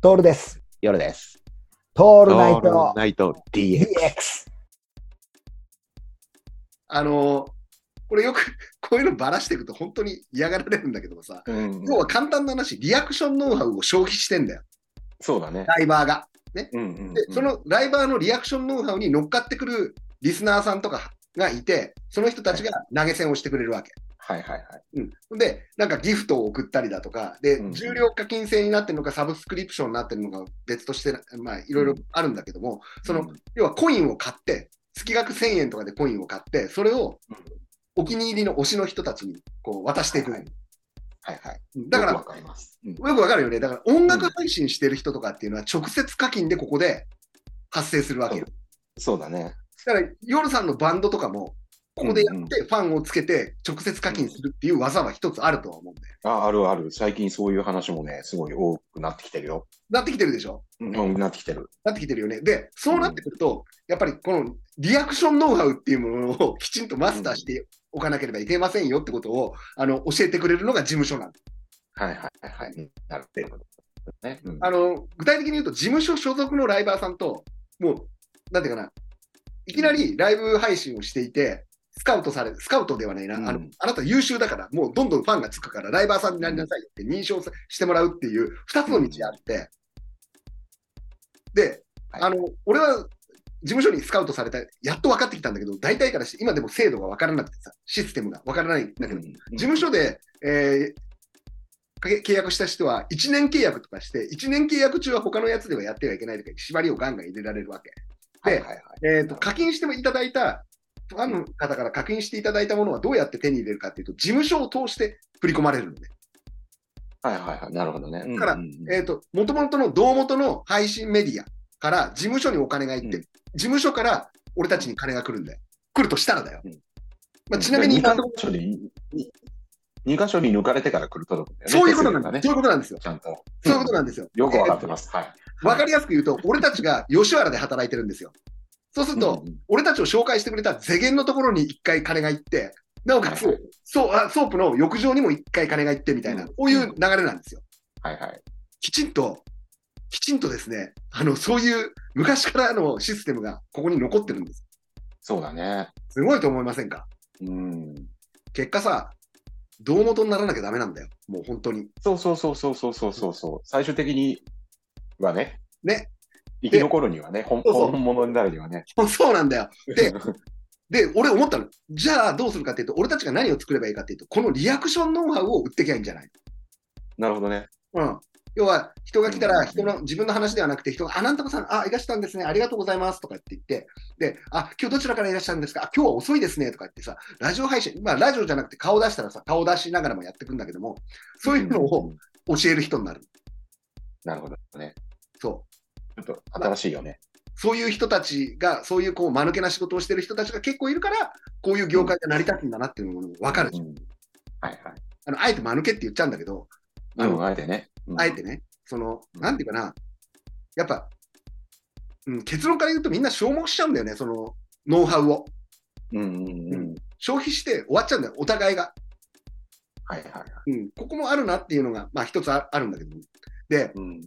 トールです。夜です。トオールナイトナイト DX。 DX。あのこれよく こういうのばらしていくと本当に嫌がられるんだけどもさ、うん要は簡単な話、リアクションノウハウを消費してんだよ、そうだね。ライバーが。うんうんで、そのライバーのリアクションノウハウに乗っかってくるリスナーさんとかがいて、その人たちが投げ銭をしてくれるわけ。はいはいはい。うん、で、なんかギフトを送ったりだとか、で、うん重量課金制になってるのか、サブスクリプションになってるのか、別として、まあ、いろいろあるんだけども、その、要はコインを買って、月額1000円とかでコインを買って、それをうんお気に入りの推しの人たちにこう渡していく。はいはいはい。うんだから、よよくわかります。うんくわかるよね。だから音楽配信してる人とかっていうのは直接課金でここで発生するわけよ。そうだね。だから、夜さんのバンドとかも、ここでやってファンをつけて直接課金するっていう技は一つあるとは思うんだよ。あ、あるある。最近そういう話もね、すごい多くなってきてるよ。なってきてるでしょうん、なってきてる。なってきてるよね。で、そうなってくると、やっぱりこのリアクションノウハウっていうものをきちんとマスターしておかなければいけませんよってことをあの教えてくれるのが事務所なんです。はいはいはい。うんなるっていうことね。うんあの具体的に言うと、事務所所属のライバーさんと、もう、なんていうかな、いきなりライブ配信をしていて、スカウトされ、スカウトではないな、あうのんあなた優秀だから、もうどんどんファンがつくから、ライバーさんになりなさいって認証さしてもらうっていう2つの道があって、で、はいあの俺は事務所にスカウトされた、やっと分かってきたんだけど、大体からして、今でも制度が分からなくてさ、システムが分からないんだけど、事事務所で、えーかけ契約した人は1年契約とかして、1年契約中は他のやつではやってはいけないとか、縛りをガンガン入れられるわけ。はいではいはい。えー、と課金してもいただいた、ファンの方から課金していただいたものはどうやって手に入れるかっていうと、事務所を通して振り込まれるので、はいはいはい。なるほどね。だからうんうんうんえー、と元々の道元の配信メディアから事務所にお金がいって、うん事務所から俺たちに金が来るんだよ。来るとしたらだよ。うんまあ、ちなみに2今かのとこ所に、2か所に抜かれてから来る届くんだよろ、ね。そういうことなん手数料がでねす。そういうことなんですよ。ちゃんと。そういうことなんですよ。よくわかってます。はい。わかりやすく言うと、俺たちが吉原で働いてるんですよ。そうすると、うんうん俺たちを紹介してくれた世間のところに一回金が行って、なおかつ、はいはいそうあソープの浴場にも一回金が行ってみたいな、うんこういう流れなんですよ。はいはい。きちんと、きちんとですね、あのそういう昔からのシステムがここに残ってるんです。そうだね。すごいと思いませんかうん。結果さ、胴元にならなきゃダメなんだよ。もう本当に。そうそうそうそうそうそうそうそう。最終的にはね。ね。生き残るにはね、本そうそう本物になるにはね。 そうなんだよ。 で、で、俺思ったの。じゃあどうするかっていうと、俺たちが何を作ればいいかっていうと、このリアクションノウハウを売ってきゃいいんじゃないなるほどね。うん、要は人が来たうんうんらうん人の自分の話ではなくて人が「あなんとかさんあいらしたんですねありがとうございます」とかって言ってで「あ今日どちらからいらっしゃるんですかあ今日は遅いですね」とか言ってさラジオ配信まあラジオじゃなくて顔出したらさ顔出しながらもやってくんだけどもそういうのんをんん教える人になるなるほどね。そうちょっと新しいよね。そういう人たちがそういうこう間抜けな仕事をしてる人たちが結構いるからこういう業界が成り立つんだなっていうのも分かるうんはいはい。あのあえて間抜けって言っちゃうんだけどうあのん、あえてね。うんあえてね、その、うんなんていうかな、やっぱ、うん、結論から言うとみんな消耗しちゃうんだよね、そのノウハウを。うんうんうん。消費して終わっちゃうんだよ、お互いが。はいはいはい。うん、ここもあるなっていうのが、まあ一つああるんだけど。で、うん